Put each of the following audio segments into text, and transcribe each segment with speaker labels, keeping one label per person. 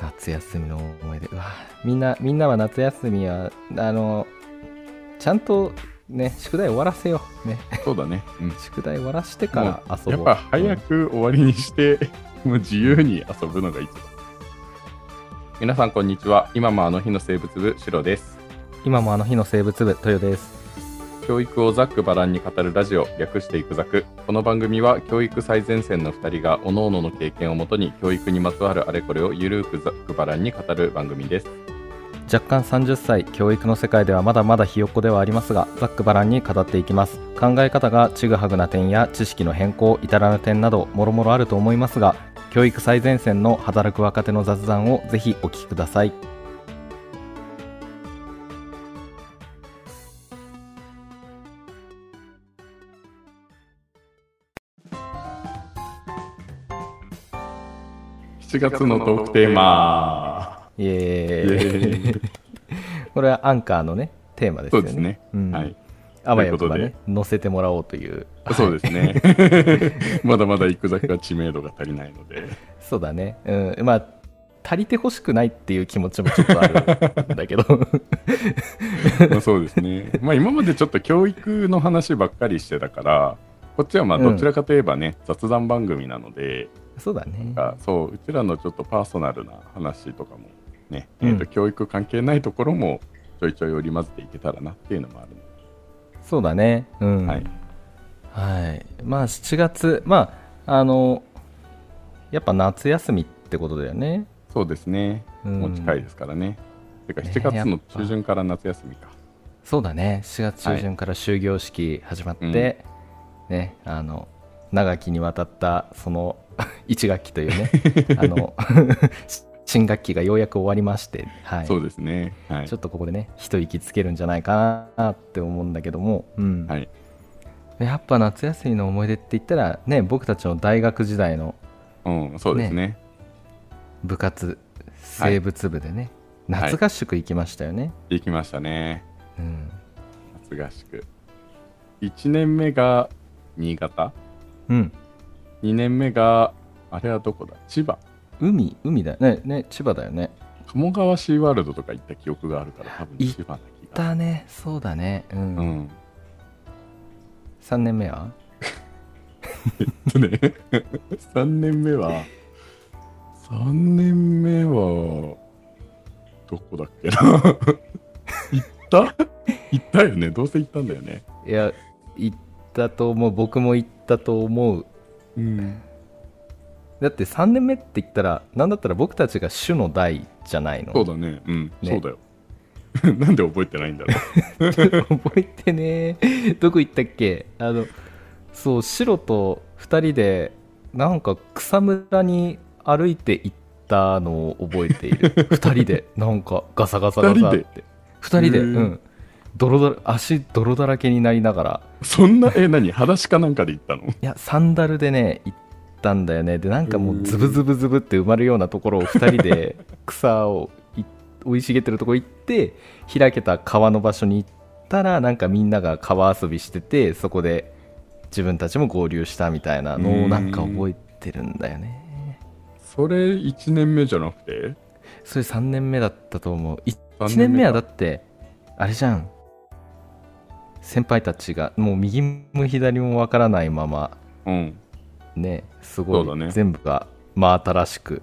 Speaker 1: 夏休みの思い出うわみんなみんなは夏休みはあのちゃんとね宿題終わらせようね
Speaker 2: そうだね。うん。
Speaker 1: 宿題終わらして
Speaker 2: も
Speaker 1: か
Speaker 2: う
Speaker 1: ら遊ぼう
Speaker 2: やっぱ早く終わりにして、 もう自由に遊ぶのがいいと。皆さん、こんにちは。今もあの日の生物部、シロです。
Speaker 1: 今もあの日の生物部豊です
Speaker 2: 教育をざっくばらんに語るラジオ、略していくざく。この番組は、教育最前線の2人が、各々の経験をもとに、教育にまつわるあれこれをゆるくざっくばらんに語る番組です。
Speaker 1: 若干30歳教育の世界ではまだまだひよっこではありますがざっくばらんに語っていきます考え方がちぐはぐな点や知識の変更至らぬ点などもろもろあると思いますが教育最前線の働く若手の雑談をぜひお聞きください
Speaker 2: 7月のトークテーマ
Speaker 1: イエ
Speaker 2: ー。
Speaker 1: ーイ
Speaker 2: イエーイ
Speaker 1: これはアンカーのねテーマです
Speaker 2: そ
Speaker 1: よ
Speaker 2: う
Speaker 1: ね
Speaker 2: ですね。
Speaker 1: うん
Speaker 2: はい。
Speaker 1: あわやくば
Speaker 2: という
Speaker 1: ね乗せてもらおうという
Speaker 2: そうですね。 まだまだ行く先は知名度が足りないので。
Speaker 1: そうだねうんまあ足りてほしくないっていう気持ちもちょっとあるんだ けど
Speaker 2: まあそうですね。まあ今までちょっと教育の話ばっかりしてたから、こっちはまあどちらかといえばね、雑談番組なので、
Speaker 1: そうだね
Speaker 2: あそう、うちらのちょっとパーソナルな話とかもね、
Speaker 1: うん
Speaker 2: えーと教育関係ないところもちょいちょい織り交ぜていけたらなっていうのもあるので
Speaker 1: そうだねうん
Speaker 2: はい、
Speaker 1: はいまあ7月まああのやっぱ夏休みってことだよね、
Speaker 2: そうですね。
Speaker 1: うん
Speaker 2: もう近いですからね。てか
Speaker 1: ね
Speaker 2: 7月の中旬から夏休みか。
Speaker 1: そうだね4月中旬から終業式始まって、
Speaker 2: うん
Speaker 1: ねあの長きにわたったその 1学期という ねあの 新学期がようやく終わりまして、はい、
Speaker 2: そうですね。はい
Speaker 1: ちょ。っとここでね一息つけるんじゃないかなって思うんだけども、うん
Speaker 2: はい
Speaker 1: やっぱ夏休みの思い出って言ったらね僕たちの大学時代の
Speaker 2: うん、そうですね。
Speaker 1: 部活生物部でね、夏合宿行きましたよね、
Speaker 2: 行きましたね。
Speaker 1: うん
Speaker 2: 夏合宿。1年目が新潟
Speaker 1: うん、
Speaker 2: 2年目があれはどこだ千葉
Speaker 1: 海海だよねね千葉だよね
Speaker 2: 鴨川シーワールドとか行った記憶があるから多分
Speaker 1: 行っ
Speaker 2: 千葉な気が
Speaker 1: だねそうだねうん、
Speaker 2: うん
Speaker 1: 3年目は
Speaker 2: とね 3年目は3年目はどこだっけな 行った行ったよねどうせ行ったんだよね
Speaker 1: いや行ったと思う僕も行ったと思う
Speaker 2: うん
Speaker 1: だって3年目って言ったら何だったら僕たちが主の代じゃないの
Speaker 2: そうだねうん
Speaker 1: ね
Speaker 2: そうだよ なんで覚えてないんだろ
Speaker 1: 覚えてねえどこ行ったっけあのそう白と2人でなんか草むらに歩いて行ったのを覚えている2人でなんかガサガサガサって2人で
Speaker 2: 人で
Speaker 1: う
Speaker 2: へ
Speaker 1: ん泥だら足泥だらけになりながら
Speaker 2: う そんなえ何裸足かなんかで行ったの
Speaker 1: いやサンダルでね行ったんだよねでなんかもうズブズブズブって埋まるようなところを2人 で草をい生い茂ってるとこ行って開けた川の場所に行ったらなんかみんなが川遊びしててそこで自分たちも合流したみたいなのをなんか覚えてるんだよね
Speaker 2: それ1年目じゃなくて
Speaker 1: それ3年目だったと思う1
Speaker 2: 1
Speaker 1: 年目はだってあれじゃん先輩たちがもう右も左もわからないまま
Speaker 2: うん
Speaker 1: ねすご
Speaker 2: そう
Speaker 1: い、
Speaker 2: だね
Speaker 1: 全部が真新し く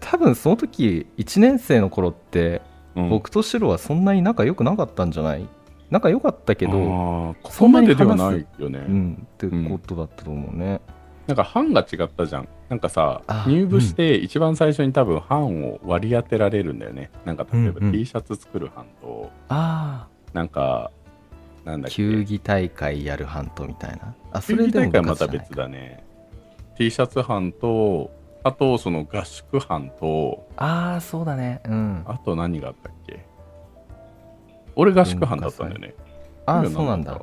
Speaker 1: 多分その時1年生の頃って、
Speaker 2: うん
Speaker 1: 僕と白はそんなに仲良くなかったんじゃない仲良かったけ
Speaker 2: あ
Speaker 1: ど
Speaker 2: ーここまででは
Speaker 1: そん
Speaker 2: な
Speaker 1: なに
Speaker 2: いよね、
Speaker 1: うんってことだったと思うね、
Speaker 2: なんか班が違ったじゃんなんかさ
Speaker 1: あー
Speaker 2: 入部して一番最初に多分班を割り当てられるんだよねなんか例えば
Speaker 1: うんうん
Speaker 2: T シャツ作る班と
Speaker 1: あ
Speaker 2: なんかなん
Speaker 1: あ
Speaker 2: だっけ
Speaker 1: 球技大会やるハントみたいなあ
Speaker 2: 球技大会はま
Speaker 1: 部活じゃな
Speaker 2: た
Speaker 1: い
Speaker 2: 別だね T シャツ班とあとその合宿班と
Speaker 1: ああそうだねうん
Speaker 2: あと何があったっけ俺合宿班だったんだよね
Speaker 1: ああ
Speaker 2: 今
Speaker 1: そうなんだ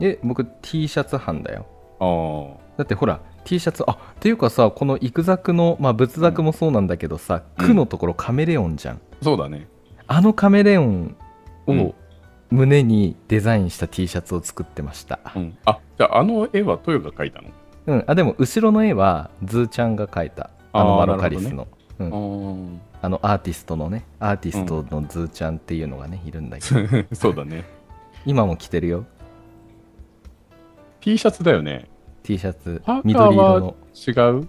Speaker 1: え僕 T シャツ班だよ
Speaker 2: あー
Speaker 1: だってほら T シャツあっていうかさこのイクザクのまあ仏作もそうなんだけどさ「
Speaker 2: うん
Speaker 1: く」のところカメレオンじゃん
Speaker 2: そうだね
Speaker 1: あのカメレオン
Speaker 2: う
Speaker 1: を
Speaker 2: ん
Speaker 1: 胸にデザインした T シャツを作ってました、
Speaker 2: うんあじゃああの絵は豊が描いたの
Speaker 1: うんあでも後ろの絵はズーちゃんが描いたあの
Speaker 2: あ
Speaker 1: マ
Speaker 2: ー
Speaker 1: ロカリスの、うん
Speaker 2: あ
Speaker 1: あのアーティストのねアーティストのズーちゃんっていうのがねいるんだけど
Speaker 2: ー そうだね。
Speaker 1: 今も着てるよ
Speaker 2: T シャツだよね。
Speaker 1: T シャツ
Speaker 2: パーカ
Speaker 1: 緑
Speaker 2: ー
Speaker 1: 色
Speaker 2: は
Speaker 1: の
Speaker 2: 違う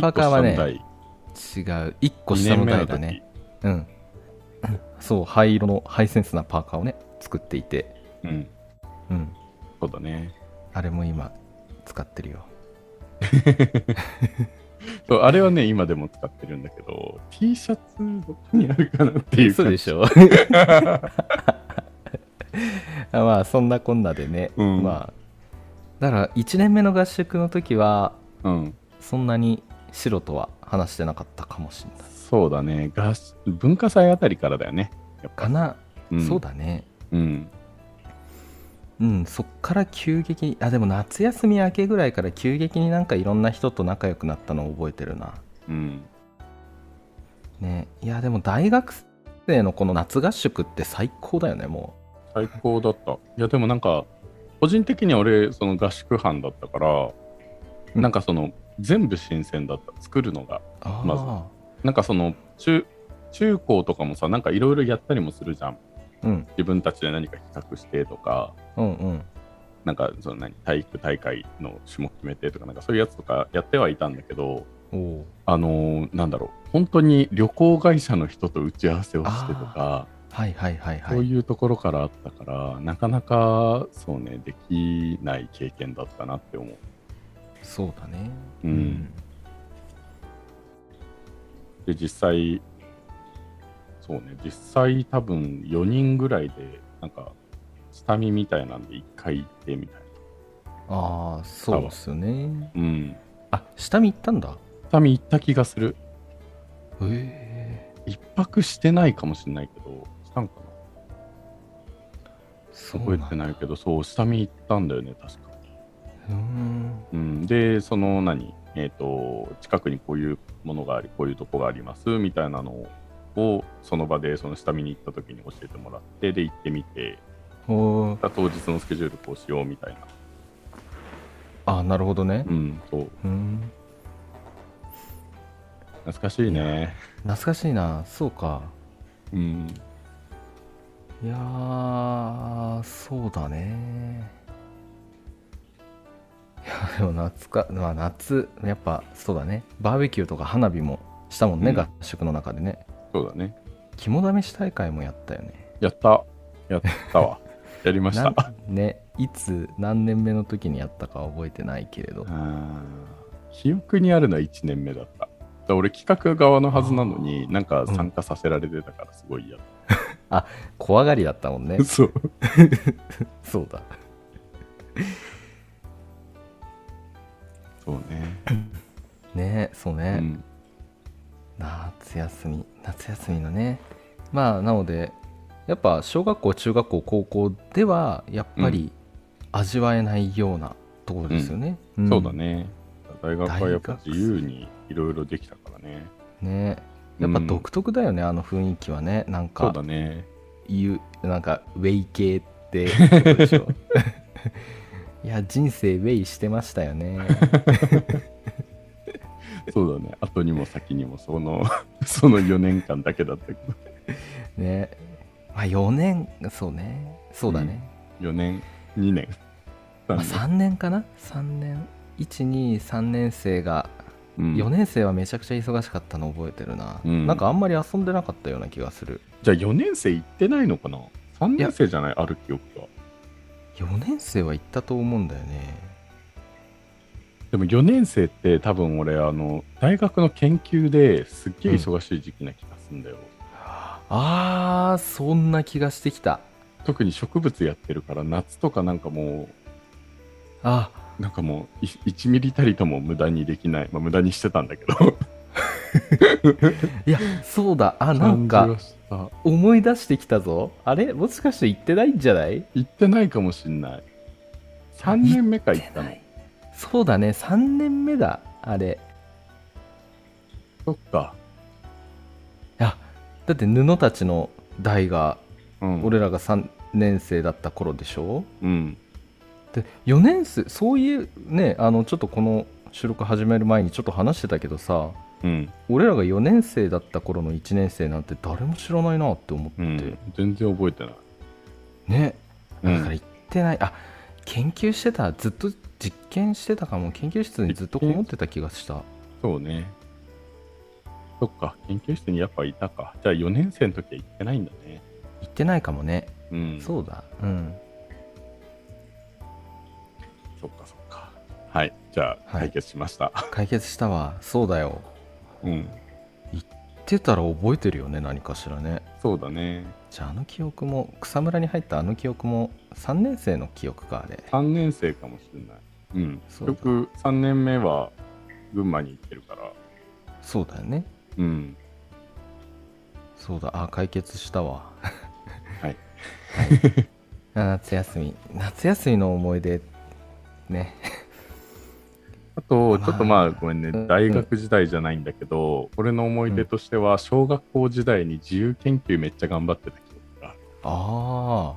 Speaker 1: パーカーはね
Speaker 2: 一個下の台
Speaker 1: 違う1個下の台だねうん そう灰色のハイセンスなパーカーをね作っていて
Speaker 2: 二年目の時。うん。
Speaker 1: うん
Speaker 2: そうだね。
Speaker 1: あれも今使ってるよ
Speaker 2: そうあれはね、今でも使ってるんだけど、T シャツどこにあるかなっていう感じ。
Speaker 1: そうで しょあまあそんなこんなでね、
Speaker 2: うん
Speaker 1: まあだから1年目の合宿の時は
Speaker 2: うん。
Speaker 1: そんなに白とは話してなかったかもしれない
Speaker 2: そうだね。合宿文化祭あたりからだよね。やっぱ
Speaker 1: かな、
Speaker 2: うん
Speaker 1: そうだね
Speaker 2: うん。
Speaker 1: うんそっから急激にあでも夏休み明けぐらいから急激になんかいろんな人と仲良くなったのを覚えてるな
Speaker 2: うん。
Speaker 1: ねいやでも大学生のこの夏合宿って最高だよねも
Speaker 2: 最高だった。いや、でもなんか、個人的には俺、その合宿班だったから、
Speaker 1: うん
Speaker 2: なんかその、全部新鮮だった。作るのが。
Speaker 1: うあ
Speaker 2: まなんかその、中、中高とかもさ、なんかいろいろやったりもするじゃん。
Speaker 1: あ、うん、
Speaker 2: 自分たちで何か企画してとか、
Speaker 1: うんうん
Speaker 2: なんかその何、体育大会の種目決めてとか、なんかそういうやつとかやってはいたんだけど、
Speaker 1: おお
Speaker 2: あのーなんだろう、本当に旅行会社の人と打ち合わせをしてとか、
Speaker 1: はいはいはいは
Speaker 2: そう
Speaker 1: い
Speaker 2: いうところからあったから、なかなかそうね、できない経験だったなって思う。
Speaker 1: そうだね
Speaker 2: うんで、実際、そうね、実際多分4人ぐらいで、なんか、下見みたいなんで1回行ってみたい
Speaker 1: ああそうっすね
Speaker 2: な。うん。
Speaker 1: あ下見行ったんだ
Speaker 2: 下見行った気がする。
Speaker 1: へえ
Speaker 2: 一泊してないかもしれないけど、したんかな
Speaker 1: そう
Speaker 2: 覚え
Speaker 1: な
Speaker 2: て
Speaker 1: んだ
Speaker 2: ないけど、そう、下見行ったんだよね、確か。
Speaker 1: うーん
Speaker 2: うん、で、その何、えっと近くにこういうものがあり、こういうとこがありますみたいなのを、その場でその下見に行った時に教えてもらって、で、行ってみて、
Speaker 1: おー
Speaker 2: また当日のスケジュールこうしようみたいな、
Speaker 1: あなるほどね
Speaker 2: うん、そう、
Speaker 1: うーん
Speaker 2: 懐かしいね。
Speaker 1: 懐かしいなそうか
Speaker 2: うん、
Speaker 1: いやーそうだねいやでも夏か、まあ、夏やっぱそうだねバーベキューとか花火もしたもんね、
Speaker 2: うん
Speaker 1: 合宿の中でね
Speaker 2: そうだね。
Speaker 1: 肝試し大会もやったよね
Speaker 2: やった、やったわ。 やりました。
Speaker 1: なんねいつ何年目の時にやったかは覚えてないけれど
Speaker 2: あー記憶にあるのは1年目だった。だから俺企画側のはずなのになんか参加させられてたからすごい嫌だ、
Speaker 1: 怖がりだったもん ね
Speaker 2: そう
Speaker 1: そうだ
Speaker 2: そうね、
Speaker 1: ねそう
Speaker 2: う
Speaker 1: ね、
Speaker 2: ん、
Speaker 1: 夏休み夏休みのねまあなのでやっぱ小学校中学校高校ではやっぱり味わえないようなところですよね、ん
Speaker 2: そうだね。大学はやっぱ自由にいろいろできたからね。
Speaker 1: ねやっぱ
Speaker 2: うん
Speaker 1: 独特だよね、あの雰囲気はねなん
Speaker 2: そう
Speaker 1: か
Speaker 2: だね。
Speaker 1: いうなんかウェイ系って ことでしょ いや人生ウェイしてましたよね
Speaker 2: そうだね。後にも先にもその その4年間だけだったけど、
Speaker 1: ねまあ4年そうねそうだね、
Speaker 2: 4年、2年、
Speaker 1: まあ、
Speaker 2: 3
Speaker 1: 3年かな3年123年生が
Speaker 2: 年。
Speaker 1: 4
Speaker 2: うん
Speaker 1: 年生はめちゃくちゃ忙しかったの覚えてるな、
Speaker 2: うん
Speaker 1: なんかあんまり遊んでなかったような気がする
Speaker 2: じゃあ4年生行ってないのかな ?3 年生じゃないある記憶は。
Speaker 1: 4年生は行ったと思うんだよね
Speaker 2: でも4年生って多分俺、あの、大学の研究ですっげえ忙しい時期な気がするんだよ。
Speaker 1: あーそんな気がしてきた
Speaker 2: 特に植物やってるから夏とかなんかも
Speaker 1: あ
Speaker 2: う、なんかもうい1ミリたりとも無駄にできない。まあ無駄にしてたんだけど。
Speaker 1: いやそうだあなんか
Speaker 2: 感じはした
Speaker 1: 思い出してきたぞあれもしかして行ってないんじゃない
Speaker 2: 行ってないかもしんない3年目か行ったの
Speaker 1: そうだね3年目だあれ
Speaker 2: そっか、
Speaker 1: だって布たちの代が
Speaker 2: うん、
Speaker 1: 俺らが3年生だった頃でしょ
Speaker 2: うん
Speaker 1: で4年生そういうねあのちょっとこの収録始める前にちょっと話してたけどさ
Speaker 2: うん、
Speaker 1: 俺らが4年生だった頃の1年生なんて誰も知らないなって思って、
Speaker 2: うん、全然覚えてない。
Speaker 1: ね
Speaker 2: うん
Speaker 1: だから行ってない、あ研究してたずっと実験してたかも研究室にずっとこもってた気がした
Speaker 2: そうね。そっか、研究室にやっぱいたか。じゃあ4年生の時は行ってないんだね。
Speaker 1: 行ってないかもね、
Speaker 2: うん、
Speaker 1: そうだうん
Speaker 2: そっかそっか。はい、じゃあ
Speaker 1: はい
Speaker 2: 解決しました。
Speaker 1: 解決したわそうだよ
Speaker 2: うん、
Speaker 1: 行ってたら覚えてるよね何かしらね
Speaker 2: そうだね。
Speaker 1: じゃああの記憶も草むらに入ったあの記憶も3年生の記憶かあれ
Speaker 2: 3年生かもしれない。うん、結
Speaker 1: そうだ
Speaker 2: 局3年目は群馬に行ってるから。
Speaker 1: そうだよね
Speaker 2: うん、
Speaker 1: そうだあ解決したわ
Speaker 2: はい。
Speaker 1: あ夏休み夏休みの思い出ね
Speaker 2: あと、
Speaker 1: まあ
Speaker 2: ちょっとまあ、ごめんね
Speaker 1: う、ん
Speaker 2: 大学時代じゃないんだけど、俺の思い出としては、小学校時代に自由研究めっちゃ頑張ってた記憶がある。
Speaker 1: ああ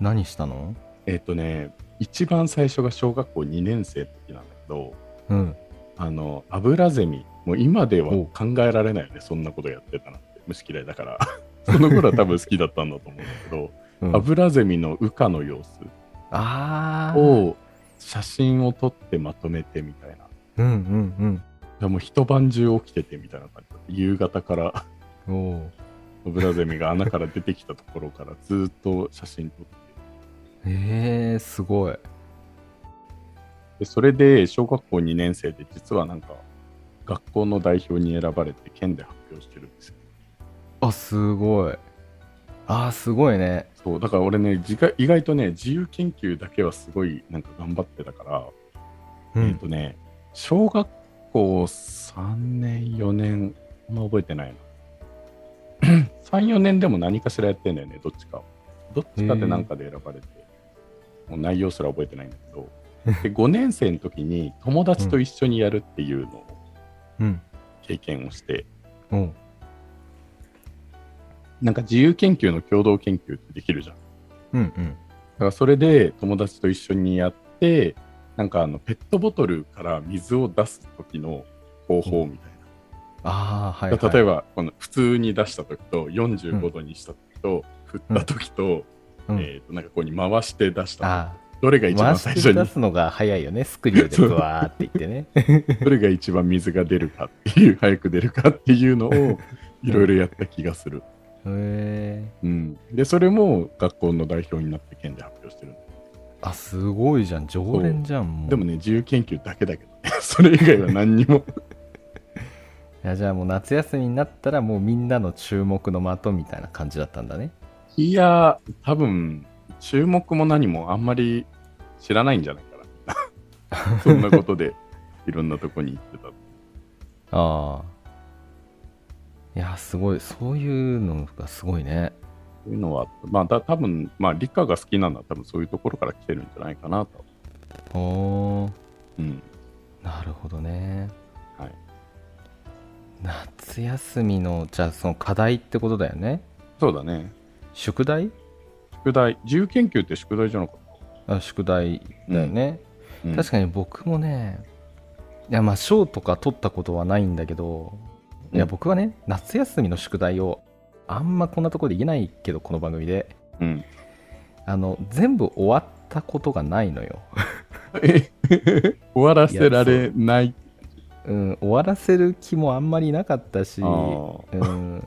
Speaker 1: 何したの
Speaker 2: えっ、とね、一番最初が小学校2年生の時なんだけど、
Speaker 1: うん
Speaker 2: あの、アブラゼミ、もう今では
Speaker 1: お
Speaker 2: 考えられないよね、そんなことやってたなんて、虫嫌いだから。 その頃は多分好きだったんだと思うんだけど、
Speaker 1: うん
Speaker 2: アブラゼミの羽化の様子
Speaker 1: ああ
Speaker 2: を写真を撮ってまとめてみたいな。
Speaker 1: うんうん
Speaker 2: いやもう一晩中起きててみたいな感じだった夕方から
Speaker 1: うんおお
Speaker 2: オブラゼミが穴から出てきたところからずーっと写真撮って
Speaker 1: えー、すごい
Speaker 2: でそれで小学校2年生で実はなんか学校の代表に選ばれて県で発表してるんですよ
Speaker 1: あすごいあーすごいね
Speaker 2: そうだから俺ね自家意外とね自由研究だけはすごいなんか頑張ってたから、
Speaker 1: う
Speaker 2: えっ、とね小学校3年4年あんま覚えてない な34年でも何かしらやってんだよねどっちかをどっちかで何かで選ばれて、もう内容すら覚えてないんだけどで5年生の時に友達と一緒にやるっていうのを
Speaker 1: うん
Speaker 2: 経験をして、
Speaker 1: おう
Speaker 2: なんか自由研究の共同研究ってできるじゃん
Speaker 1: うんうん
Speaker 2: だからそれで友達と一緒にやってなんかあのペットボトルから水を出す時の方法みたいな、
Speaker 1: ああはい、はい、
Speaker 2: 例え
Speaker 1: ば
Speaker 2: ばこの普通に出した時と45度にした時と、振った時と,、
Speaker 1: うん
Speaker 2: えーとなんかここに回して出した
Speaker 1: あ
Speaker 2: 時どれが
Speaker 1: ー
Speaker 2: 一番
Speaker 1: 回
Speaker 2: 最
Speaker 1: して
Speaker 2: 初
Speaker 1: 出
Speaker 2: に
Speaker 1: すのが早いよねスクリューでブワーっていって ね
Speaker 2: どれが一番水が出るかっていう早く出るかってい うのをいろいろやった気がする、
Speaker 1: へえ
Speaker 2: うん、でそれも学校の代表になって県で発表してる
Speaker 1: あすごいじゃん常連じゃんもう
Speaker 2: でもね自由研究だけだけどね それ以外は何にも
Speaker 1: いやじゃあもう夏休みになったらもうみんなの注目の的みたいな感じだったんだね
Speaker 2: いやー多分注目も何もあんまり知らないんじゃないかなそんなことでいろんなとこに行ってた
Speaker 1: ああいやすごいそういうのがすごいね
Speaker 2: というのは、まあ、た多分まあ、理科が好きなのは、多分そういうところから来てるんじゃないかなと。
Speaker 1: おー
Speaker 2: うん。
Speaker 1: なるほどね
Speaker 2: はい。
Speaker 1: 夏休みのじゃあその課題ってことだよね
Speaker 2: そうだね。
Speaker 1: 宿題
Speaker 2: 宿題、自由研究って宿題じゃなかっ
Speaker 1: あ宿題だよね、
Speaker 2: た。
Speaker 1: 確
Speaker 2: か
Speaker 1: かに僕もねいやまあ賞とか取ったことはないんだけど、いや
Speaker 2: うん
Speaker 1: 僕はね夏休みの宿題をあんまこんなところで言えないけどこの番組で
Speaker 2: に。うん。
Speaker 1: あの全部終わったことがないのよ、
Speaker 2: え終わらせられない。
Speaker 1: うん、終わらせる気もあんまりなかったし、
Speaker 2: あー
Speaker 1: うん、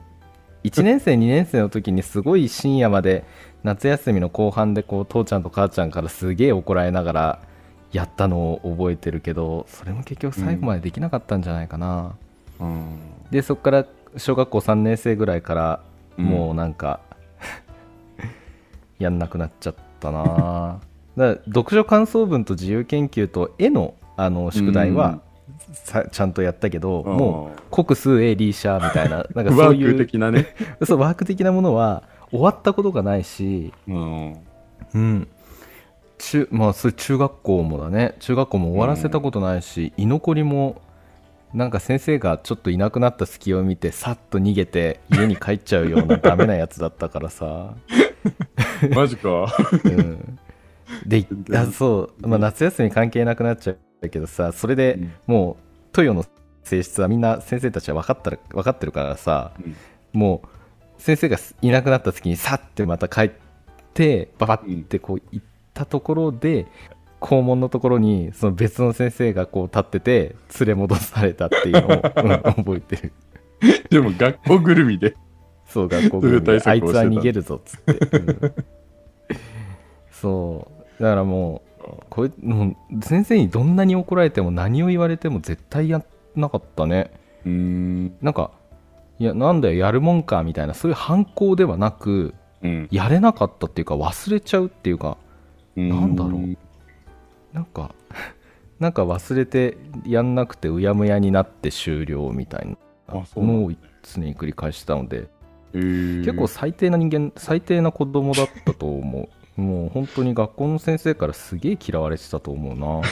Speaker 1: 1年生2年生の時にすごい深夜まで夏休みの後半でこう父ちゃんと母ちゃんからすげえ怒られながらやったのを覚えてるけどそれも結局最後までできなかったんじゃないかな、
Speaker 2: うん。
Speaker 1: でそこから小学校3年生ぐらいからもうなんか、 やんなくなっちゃったなだから読書感想文と自由研究と絵のあの宿題は、さちゃんとやったけど、
Speaker 2: うん
Speaker 1: もう国数 A リーシャーみたいななんかそ
Speaker 2: ワ
Speaker 1: う
Speaker 2: ーク
Speaker 1: いう
Speaker 2: 的なね。
Speaker 1: そうワーク的なものは終わったことがないし、
Speaker 2: うん。
Speaker 1: うん中まあ、それ中学校もだね中学校も終わらせたことないし、居残りもなんか先生がちょっといなくなった隙を見てさっと逃げて家に帰っちゃうような ダメなやつだったからさ、
Speaker 2: マジか。
Speaker 1: うん、であそう、まあ、夏休み関係なくなっちゃうけどさそれでもうトヨの性質はみんな先生たちは分かったら分かってるからさ
Speaker 2: うん
Speaker 1: もう先生がいなくなった時にさってまた帰ってババってこう行ったところで校門のところにその別の先生がこう立ってて連れ戻されたっていうの を、うん覚えてる
Speaker 2: でも学校ぐるみで。
Speaker 1: そう学校グルメで
Speaker 2: そ
Speaker 1: あ
Speaker 2: うい
Speaker 1: いう
Speaker 2: 対策
Speaker 1: つ
Speaker 2: をしてた
Speaker 1: は逃げるぞっつって、うんそうだからもうこれもう先生にどんなに怒られても何を言われても絶対やんなかったね
Speaker 2: うーん。
Speaker 1: なんかいやなんだよやるもんかみたいなそういう反抗ではなく
Speaker 2: うん。
Speaker 1: やれなかったっていうか忘れちゃうっていうかなんだろうなんか なんか忘れてやんなくてうやむやになって終了みたいな
Speaker 2: あそうな
Speaker 1: の
Speaker 2: んだ
Speaker 1: を常に繰り返してたので
Speaker 2: 結
Speaker 1: 結構最低な人間最低な子供だったと思うもう本当に学校の先生からすげえ嫌われてたと思うなね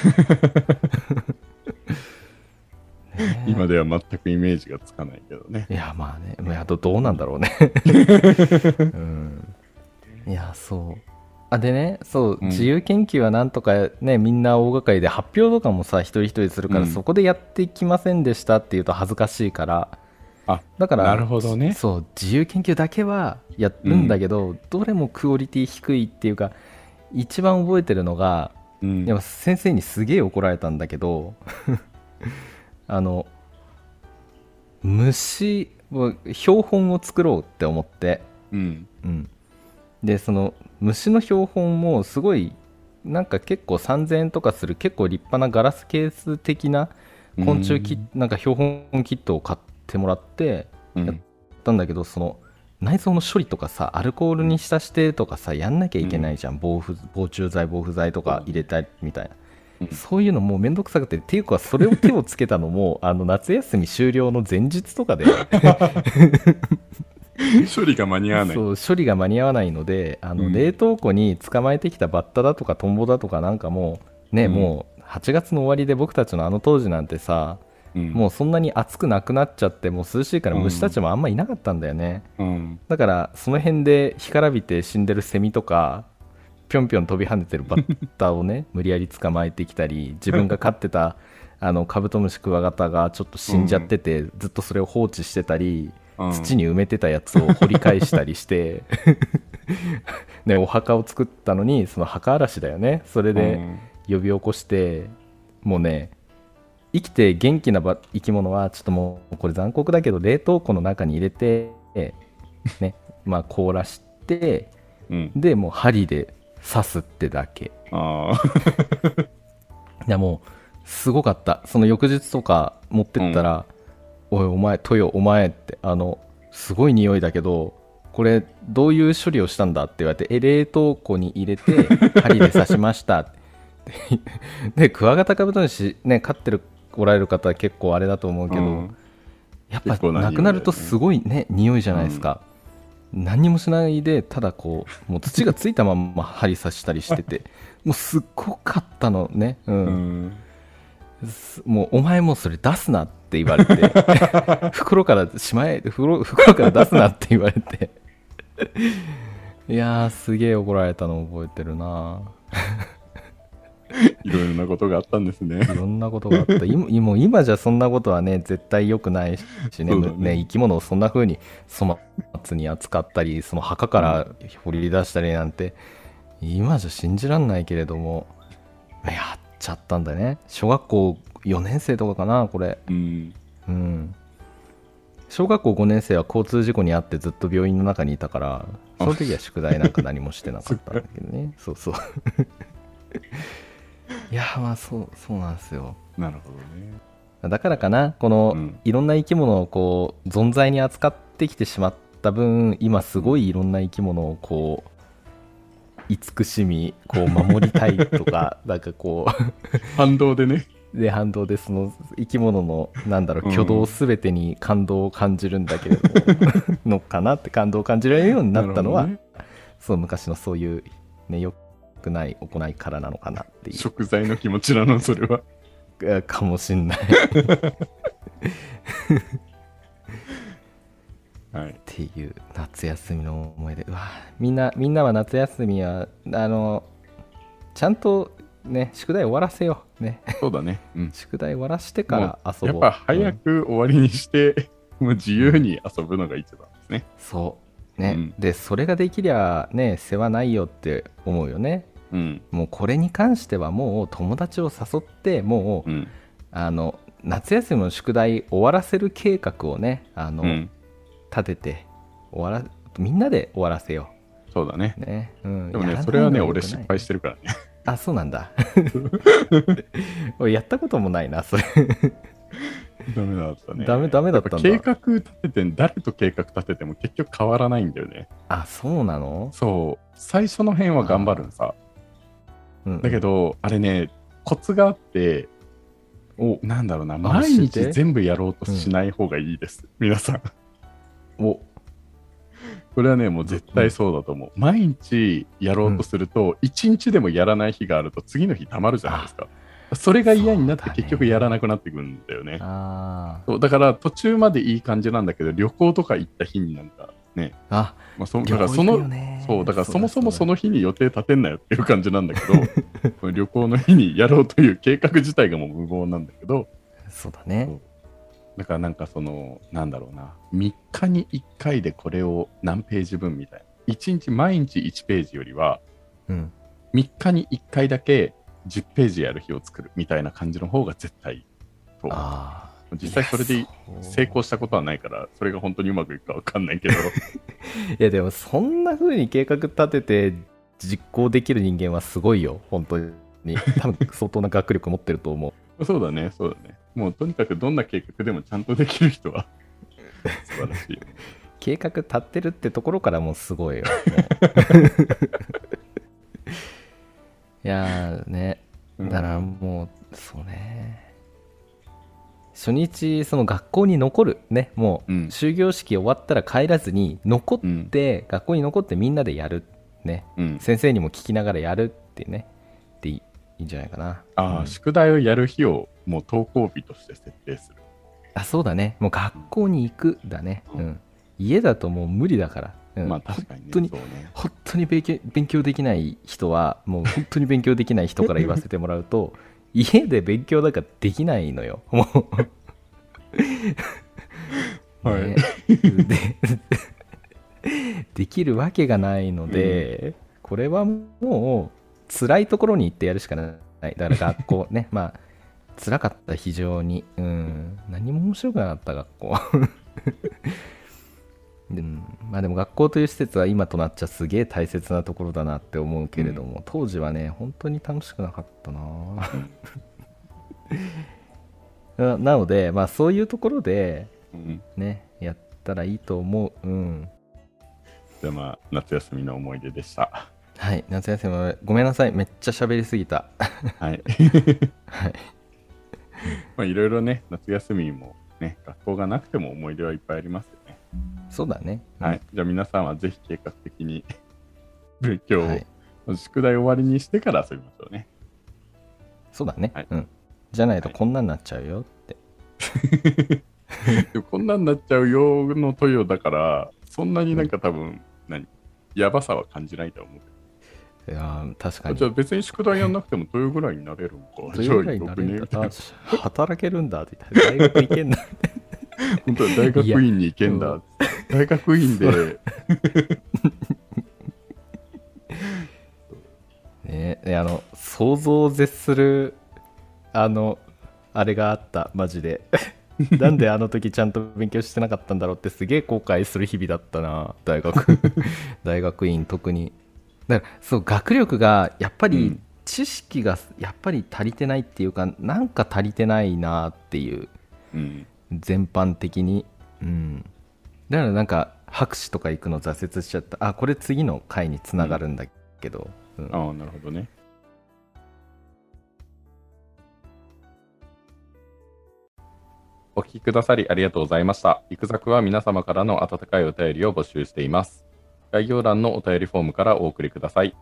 Speaker 1: え
Speaker 2: 今では全くイメージがつかないけどね。
Speaker 1: いやまあねいやどどうなんだろ うね、うん、いやそうあでねそう、
Speaker 2: うん
Speaker 1: 自由研究はなんとかねみんな大掛かりで発表とかもさ一人一人するから、
Speaker 2: うん
Speaker 1: そこでやってきませんでしたっていうと恥ずかしいから
Speaker 2: あ
Speaker 1: だから
Speaker 2: なるほどね
Speaker 1: そう自由研究だけはやるんだけど、どれもクオリティ低いっていうか一番覚えてるのが
Speaker 2: うん
Speaker 1: いや先生にすげえ怒られたんだけど あの虫を標本を作ろうって思って、
Speaker 2: うん。
Speaker 1: うん、でその虫の標本もすごいなんか結構3000円とかする結構立派なガラスケース的な昆虫キッなんか標本キットを買ってもらって
Speaker 2: うん
Speaker 1: やったんだけどその内臓の処理とかさアルコールに浸してとかさやんなきゃいけないじゃん、防腐防虫剤防腐剤とか入れたりみたいな、
Speaker 2: うん
Speaker 1: そういうのもうめんどくさくてっていうかそれを手をつけたの もあの夏休み終了の前日とかで
Speaker 2: 処理が間に合わない。
Speaker 1: そう処理が間に合わないのであの、
Speaker 2: うん
Speaker 1: 冷凍庫に捕まえてきたバッタだとかトンボだとかなんかもうね、
Speaker 2: うん
Speaker 1: もう8月の終わりで僕たちのあの当時なんてさもうそんなに暑くなくなっちゃってもう涼しいから虫たちもあんまいなかったんだよね、
Speaker 2: うん。うん。
Speaker 1: だからその辺で干からびて死んでるセミとかぴょんぴょん飛び跳ねてるバッタをね 無理やり捕まえてきたり自分が飼ってたあのカブトムシクワガタがちょっと死んじゃってて、ずっとそれを放置してたり
Speaker 2: うん
Speaker 1: 土に埋めてたやつを掘り返したり して、ね、お墓を作ったのにその墓荒らしだよねそれ
Speaker 2: う
Speaker 1: で
Speaker 2: ん
Speaker 1: 呼び起こして、もうね生きて元気なば生き物はちょっともうこれ残酷だけど冷凍庫の中に入れて、ねまあ、凍らして
Speaker 2: うん。
Speaker 1: でもう針で刺すってだけ
Speaker 2: ああ。
Speaker 1: いやもうすごかったその翌日とか持ってったら「おいお前トヨお前」ってあのすごい匂いだけどこれどういう処理をしたんだって言われて「え冷凍庫に入れ て針で刺しました」 ってでクワガタカブトムシね飼ってるおられる方は結構あれだと思うけど、
Speaker 2: うん
Speaker 1: やっ
Speaker 2: 結構
Speaker 1: ぱ
Speaker 2: な匂
Speaker 1: ないくなるとすごいね匂いじゃないですか、何もしないでただこうもう土がついたまんま針刺したりして てもうすっごかったのね
Speaker 2: う
Speaker 1: うん
Speaker 2: ん。
Speaker 1: すもうお前もうそれ出すなって言われ て袋からしまえ袋袋から出すなって言われていやーすげえ怒られたの覚えてるない
Speaker 2: ろいろなことがあったんです ね。
Speaker 1: いろんなことがあった今今もう今じゃそんなことはね絶対良くないしね
Speaker 2: そうだね
Speaker 1: ね生き物をそんな風に粗末に扱ったりその墓から掘り出したりなんて今じゃ信じらんないけれどもやっちゃったんだね小学校4年生とかかなこれ
Speaker 2: うん。
Speaker 1: うん小学校5年生は交通事故に遭ってずっと病院の中にいたからその時は宿題なんか何もしてなかったんだけどね そうそういやまあそうそうなんですよ
Speaker 2: なるほどね。
Speaker 1: だからかなこの、
Speaker 2: うん
Speaker 1: いろんな生き物をこう存在に扱ってきてしまった分今すごいいろんな生き物をこう慈しみこう守りたいと かなんかこ
Speaker 2: 反動でね。
Speaker 1: うで反動でその生き物のなんだろう
Speaker 2: うん
Speaker 1: 挙動すべてに感動を感じるんだけれどものかなって感動を感じられるようになったのは、
Speaker 2: るほ
Speaker 1: そう昔のそういうね良くない行いからなのかなって
Speaker 2: どね
Speaker 1: いう
Speaker 2: 食材の気持ちなの、そ れは。
Speaker 1: えかもしんないっ
Speaker 2: はい。
Speaker 1: ていう夏休みの思い出うわみんなみんなは夏休みはあのちゃんとね宿題終わらせようね
Speaker 2: そうだね。うん。
Speaker 1: 宿題終わらしてから遊ぼう
Speaker 2: やっぱ早
Speaker 1: うん
Speaker 2: く終わりにして、もう自由に遊ぶのが一番ですね。
Speaker 1: そうね、
Speaker 2: うん
Speaker 1: でそれができりゃね世話ないよって思うよね
Speaker 2: うん。
Speaker 1: もうこれに関してはもう友達を誘ってもう、
Speaker 2: うん。
Speaker 1: あの夏休みの宿題終わらせる計画をねあの、
Speaker 2: うん。
Speaker 1: 立てて終わらみんなで終わらせよ
Speaker 2: そうだね
Speaker 1: う。ね、うん、
Speaker 2: でも
Speaker 1: やらな
Speaker 2: ね、
Speaker 1: い
Speaker 2: それはね、
Speaker 1: のが良く
Speaker 2: 俺
Speaker 1: ない
Speaker 2: 失敗してるからね。
Speaker 1: あそうなんだ 俺やったこともないなそれ
Speaker 2: ダメだったね。
Speaker 1: ダメダメだったんだ
Speaker 2: やぱ計画立てて、誰と計画立てても結局変わらないんだよね。
Speaker 1: あそうなの、
Speaker 2: そう。最初の辺は頑張るんさ。
Speaker 1: うん、
Speaker 2: だけど、あれね、コツがあって、
Speaker 1: お
Speaker 2: なんだろうな、
Speaker 1: あ
Speaker 2: 毎
Speaker 1: 教えて
Speaker 2: 日全部やろうとしない方がいいです。皆さん。
Speaker 1: お
Speaker 2: これはね、もう絶対そうだと思う。毎日やろうとすると、一日でもやらない日があると、次の日たまるじゃないですか。それが嫌になっ
Speaker 1: そう
Speaker 2: て、
Speaker 1: だね
Speaker 2: 結局やらなくなってくんだよね。
Speaker 1: あー
Speaker 2: そうだから、途中までいい感じなんだけど、旅行とか行った日になんかね、
Speaker 1: あ
Speaker 2: まあ、そだ
Speaker 1: 旅
Speaker 2: から
Speaker 1: 行
Speaker 2: そ
Speaker 1: 行くよ
Speaker 2: の、
Speaker 1: ね
Speaker 2: そう、だからそもそもそ
Speaker 1: の
Speaker 2: の日に予定立てんなよっていう感じなんだけど、 この旅行の日にやろうという計画自体がもう無謀なんだけど、
Speaker 1: そうだね
Speaker 2: だからなんかその、なんだろうな、3日に1回でこれを何ページ分みたいな。1日毎日1ページよりは、
Speaker 1: うん
Speaker 2: 3日に1回だけ10ページやる日を作るみたいな感じの方が絶対いいと思う
Speaker 1: あー
Speaker 2: 実際それで
Speaker 1: いやそう
Speaker 2: 成功したことはないから、それが本当にうまくいくかわかんないけど、
Speaker 1: いやでもそんな風に計画立てて実行できる人間はすごいよ本当に多分相当な学力持ってると思う
Speaker 2: そうだね、そうだね。もうとにかくどんな計画でもちゃんとできる 人は素晴らしい。
Speaker 1: 計画立ってるってところからもうすごいよもういやーね
Speaker 2: うん
Speaker 1: だからもうそうね初日その学校に残るねもう
Speaker 2: うん
Speaker 1: 終業式終わったら帰らずに残
Speaker 2: う
Speaker 1: っ
Speaker 2: ん。
Speaker 1: て、学校に残ってみんなでやるね
Speaker 2: うん、
Speaker 1: 先生にも聞きながらやるってねでいいいいんじゃないかな
Speaker 2: ああ、
Speaker 1: うん
Speaker 2: 宿題をやる日をもう登校日として設定する。
Speaker 1: あそうだねもう学校に行くだね、う
Speaker 2: うん
Speaker 1: ん家だともう無理だから、うん
Speaker 2: まあ確かにね。
Speaker 1: 本当に
Speaker 2: そうね。
Speaker 1: 本当に勉強勉強できない人はもう本当に勉強できない人から言わせてもらう と家で勉強なんかできないのよもう、
Speaker 2: はい
Speaker 1: ね でできるわけがないので、これはもう辛いところに行ってやるしかないだから学校ねまあ辛かった非常にうん何も面白くなかった学校 でもまあでも学校という施設は今となっちゃすげえ大切なところだなって思うけれども、当時はね本当に楽しくなかったなな なのでまあそういうところで
Speaker 2: うん、
Speaker 1: ねやったらいいと思ううん
Speaker 2: じゃあまあ夏休みの思い出で した。
Speaker 1: はい夏休みはごめんなさいめっちゃ喋りすぎた
Speaker 2: はい。
Speaker 1: はい
Speaker 2: まあいろいろね、夏休みもね、学校がなくても思い出はいっぱいありますよね。
Speaker 1: そうだね
Speaker 2: はい。じゃあ皆さんはぜひ計画的に勉強を、
Speaker 1: はい
Speaker 2: 宿題終わりにしてから遊びましょうね。
Speaker 1: そうだね、
Speaker 2: はい
Speaker 1: うんじゃないとこんなんなっちゃうよって、
Speaker 2: でもこんなんなっちゃうよのトヨだから、そんなになんか多分、何やばさは感じないと思うけ
Speaker 1: い、
Speaker 2: ど。
Speaker 1: やー確かに
Speaker 2: じゃあ別に宿題やんなくてもトヨぐらいになれるん か。
Speaker 1: どれぐらいになれるんだ
Speaker 2: じゃあ
Speaker 1: あ働けるんだって言ったら大学行け んだ
Speaker 2: 本当は大学院に行けん
Speaker 1: い
Speaker 2: だ
Speaker 1: や。
Speaker 2: 大学院
Speaker 1: そ
Speaker 2: で、
Speaker 1: ねえあの想像を絶するあのあれがあったマジ でなんであの時ちゃんと勉強してなかったんだろうってすげえ後悔する日々だったな大 学大学院特にだからそう学力がやっぱ
Speaker 2: う
Speaker 1: り
Speaker 2: ん
Speaker 1: 知識がやっぱり足りてないっていうかなんか足りてないなっていう
Speaker 2: うん、
Speaker 1: 全般的にうんだからなんか博士とか行くの挫折しちゃったあこれ次の回につながるんだけど、うん
Speaker 2: ああ、なるほどね。お聞きくださりありがとうございました。イクザクは皆様からの温かいお便りを募集しています。概要欄のお便りフォームからお送りください。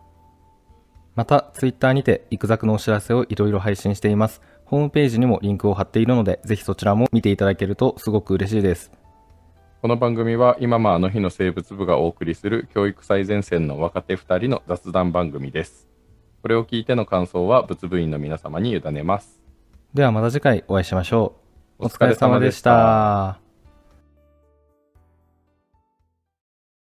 Speaker 1: またツイッターにてイクザクのお知らせをいろいろ配信していますホームページにもリンクを貼っているのでぜひそちらも見ていただけるとすごく嬉しいです
Speaker 2: この番組は今もあの日の生物部がお送りする教育最前線の若手2人の雑談番組です。これを聞いての感想は仏部員の皆様に委ねます。
Speaker 1: ではまた次回お会いしましょう。お疲れ様でした。